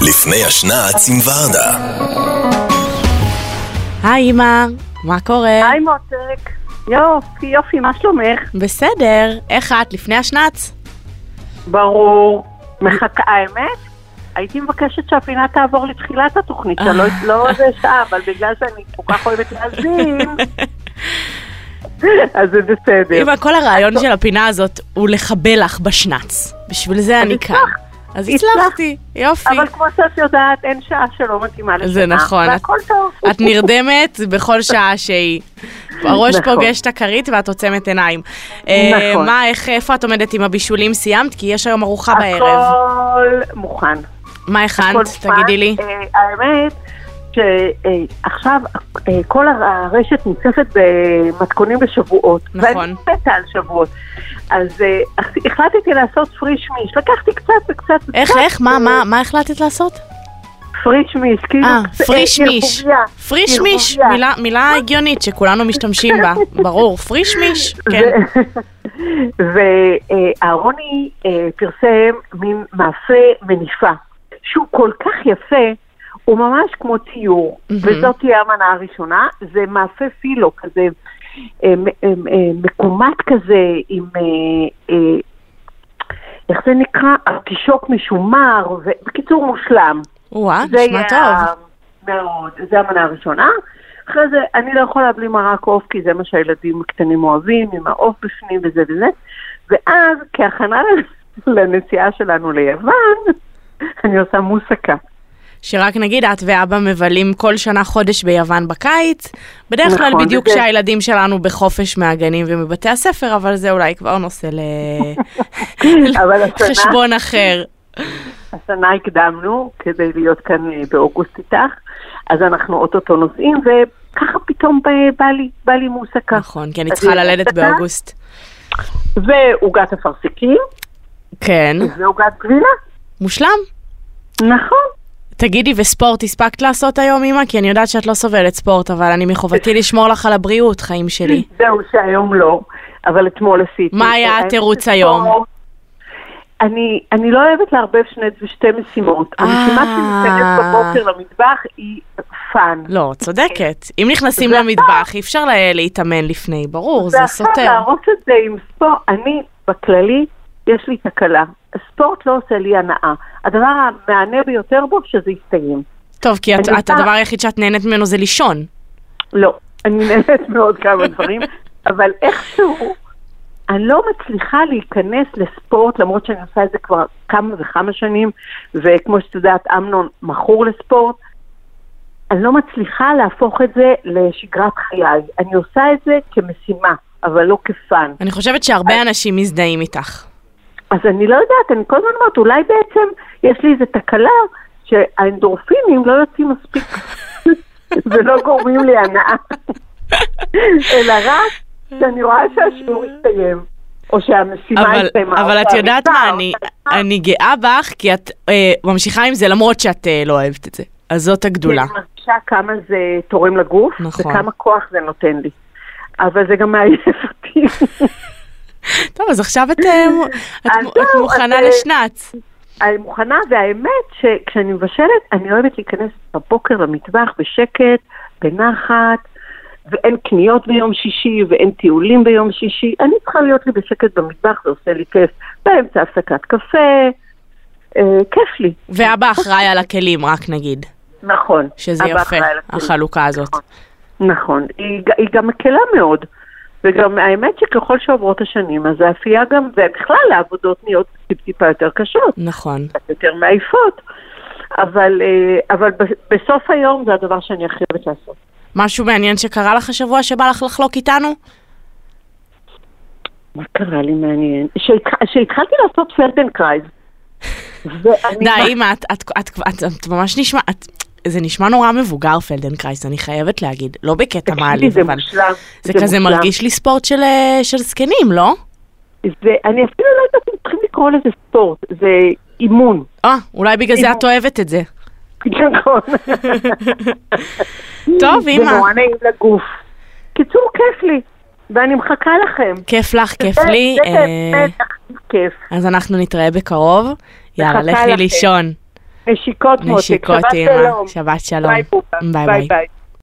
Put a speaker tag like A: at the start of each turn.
A: לפני השנץ עם ורדה.
B: היי אמא, מה קורה?
C: היי מותק. יופי, יופי, מה שלומך?
B: בסדר, איך את לפני השנץ?
C: ברור. מחכה, האמת? הייתי מבקשת שהפינה תעבור לתחילת התוכנית, שאני לא-
B: אה.
C: לא איזה שעה, אבל בגלל שאני כל כך אוהבת להאזין, אז זה בסדר.
B: אמא, כל הרעיון של הפינה הזאת הוא לחבל לך בשנץ. בשביל זה אני כאן.
C: הצלחת.
B: אז
C: הצלחת.
B: הצלחתי, יופי.
C: אבל כמו שאת יודעת, אין שעה שלא מתאימה לשנה.
B: זה נכון.
C: והכל טוב.
B: את נרדמת בכל שעה שהיא. הראש
C: נכון.
B: פוגש את הכרית ואת עוצמת עיניים. אה,
C: נכון.
B: מה, איך, איפה את עומדת עם הבישולים? סיימת? כי יש היום ארוחה בערב.
C: הכל מוכן.
B: מה הכנת?
C: הכל מוכן.
B: תגידי לי.
C: אה, האמת שעכשיו אה, כל הר- הרשת מוצפת במתכונים לשבועות.
B: נכון.
C: ואני מתה על שבועות. אז אה, הח- החלטתי לעשות פריש מיש. לקחתי קצת וקצת וקצת.
B: איך, איך, מה, מה, מה החלטת לעשות?
C: פריש מיש. כאילו,
B: אה,
C: קצת-
B: פריש
C: אה,
B: מיש.
C: ערבוביה.
B: פריש
C: ערבוביה.
B: מיש, מילה- מילה הגיונית שכולנו משתמשים בה, ברור, פריש מיש, כן.
C: ואהרוני אה, פרסם מין מאפה מניפה, שהוא כל כך יפה, הוא ממש כמו ציור,
B: מהמם.
C: וזאת תהיה המנה הראשונה, זה מאפה פילו כזה, אה, מ- אה, אה, מקומט כזה, עם, אה, אה, איך זה נקרא? ארטישוק משומר, ובקיצור מושלם.
B: וואה,
C: זה
B: אה, נשמע
C: יהיה
B: טוב.
C: ה- מאוד, זה המנה הראשונה. אחרי זה, אני לא יכולה בלי מרק עוף, כי זה מה שהילדים הקטנים אוהבים, עם העוף בפנים וזה וזה. ואז, כהכנה לנסיעה שלנו ליוון, אני עושה מוסקה.
B: שרק נגיד, את ואבא מבלים כל שנה חודש ביוון בקיץ, בדרך כלל
C: נכון,
B: בדיוק
C: וזה-
B: כשהילדים שלנו בחופש מהגנים ומבתי הספר, אבל זה אולי כבר נושא
C: אבל השנה-
B: לחשבון אחר.
C: השנה הקדמנו כדי להיות כאן אה, באוגוסט איתך, אז אנחנו אוטוטו נוסעים, וככה פתאום ב- בא לי, בא לי מוסקה.
B: נכון, כי אני
C: אז
B: צריכה
C: היא
B: ללדת
C: מוסקה,
B: באוגוסט.
C: ועוגת אפרסקים,
B: כן,
C: ועוגת גבינה,
B: מושלם.
C: נכון.
B: תגידי, וספורט הספקת לעשות היום, אמא? כי אני יודעת שאת לא סובלת ספורט, אבל אני מחובתי לשמור לך על הבריאות, חיים שלי.
C: זהו, שהיום לא, אבל אתמול עשיתי.
B: מה היה
C: האמת
B: התירוץ
C: שפה-
B: היום?
C: אני, אני לא אוהבת לערבב שני, שתי משימות.
B: אה.
C: המשימה שניתנת בבוקר למטבח היא פאן.
B: לא, צודקת. אם נכנסים
C: זה
B: למטבח, אי אפשר לה- להתאמן לפני, ברור, לא, זה
C: ועכשיו
B: סותר.
C: להרוס את זה עם ספורט, אני, בכללי, יש לי תקלה. הספורט לא עושה לי הנאה. הדבר המענה ביותר בו, שזה יסתיים.
B: טוב, כי את-
C: אני
B: את-
C: רוצה-
B: הדבר היחיד שאת נהנית ממנו זה לישון.
C: לא, אני נהנית מאוד כמה דברים, אבל איכשהו אני לא מצליחה להיכנס לספורט, למרות שאני עושה את זה כבר כמה וכמה שנים, וכמו שאת יודעת, אמנון מכור לספורט. אני לא מצליחה להפוך את זה לשגרת חיי. אני עושה את זה כמשימה, אבל לא כפאן.
B: אני חושבת שהרבה אנשים מזדהים איתך.
C: אז אני לא יודעת, אני כל הזמן אומרת, אולי בעצם יש לי איזו תקלה שהאנדורפינים לא יוצאים מספיק ולא גורמים לי הנאה, אלא רק שאני רואה שהשיעור הסתיים, או שהמשימה
B: אבל,
C: הסתיימה. או
B: אבל את
C: שהמפעל,
B: יודעת
C: או
B: מה, אני,
C: שהמפעל.
B: אני גאה בך, כי את אה, ממשיכה עם זה למרות שאת אה, לא אוהבת את זה. אז זאת הגדולה.
C: אני מרגישה כמה זה תורם לגוף,
B: נכון.
C: וכמה כוח זה נותן לי. אבל זה גם מעייף אותי.
B: טוב, אז עכשיו את, אה, מ- את,
C: נכון. אז
B: מ-
C: זהו,
B: את
C: אז,
B: מוכנה
C: אה,
B: לשנץ.
C: אני מוכנה, והאמת שכשאני מבשלת, אני אוהבת להיכנס בבוקר למטבח בשקט, בנחת, ואין קניות ביום שישי, ואין טיולים ביום שישי. אני צריכה להיות לי בשקט במטבח, זה עושה לי כיף. באמצע הפסקת קפה, אה, כיף לי.
B: ואבא אחראי על הכלים, רק נגיד,
C: נכון.
B: שזה
C: אבא
B: יפה,
C: אחראי על הכלים.
B: החלוקה הזאת.
C: נכון. היא, ג- היא גם מקלה מאוד. וגם האמת שככל שעוברות השנים, אז האפייה גם, ובכלל העבודות נהיות טיפ-טיפה יותר קשות.
B: נכון.
C: קצת יותר מעייפות, אבל, אה, אבל ב- בסוף היום זה הדבר שאני הכי אוהבת לעשות.
B: משהו מעניין שקרה לך השבוע שבא לך לחלוק איתנו?
C: מה קרה לי מעניין? שהתח- שהתחלתי לעשות פלדנקרייז. ואני-
B: די, אימא, את, את, את, את, את ממש נשמע... את, זה נשמע נורא מבוגר, פלדנקרייס, אני חייבת להגיד. לא בקטע
C: תקשיבי,
B: מעליב,
C: זה
B: אבל...
C: מושלם.
B: זה כזה
C: מושלם.
B: מרגיש לי ספורט של, אה, של זקנים, לא?
C: זה- אני אפילו לא יודעת אם צריכים לקרוא לזה ספורט, זה אימון.
B: אה, אולי בגלל זה
C: אימא.
B: את אוהבת את זה.
C: נכון.
B: טוב, אימא.
C: זה נורא נעים לגוף. קיצור, כיף לי, ואני מחכה לכם.
B: כיף לך, כיף
C: זה-
B: לי.
C: זה
B: אה,
C: באמת הכי כיף.
B: אז אנחנו נתראה בקרוב. יאללה,
C: מחכה
B: לכי
C: לכם.
B: לישון.
C: נשיקות מותק,
B: נשיקות,
C: שבת
B: אימא.
C: שלום.
B: שבת שלום.
C: ביי בובה.
B: ביי ביי.
C: ביי.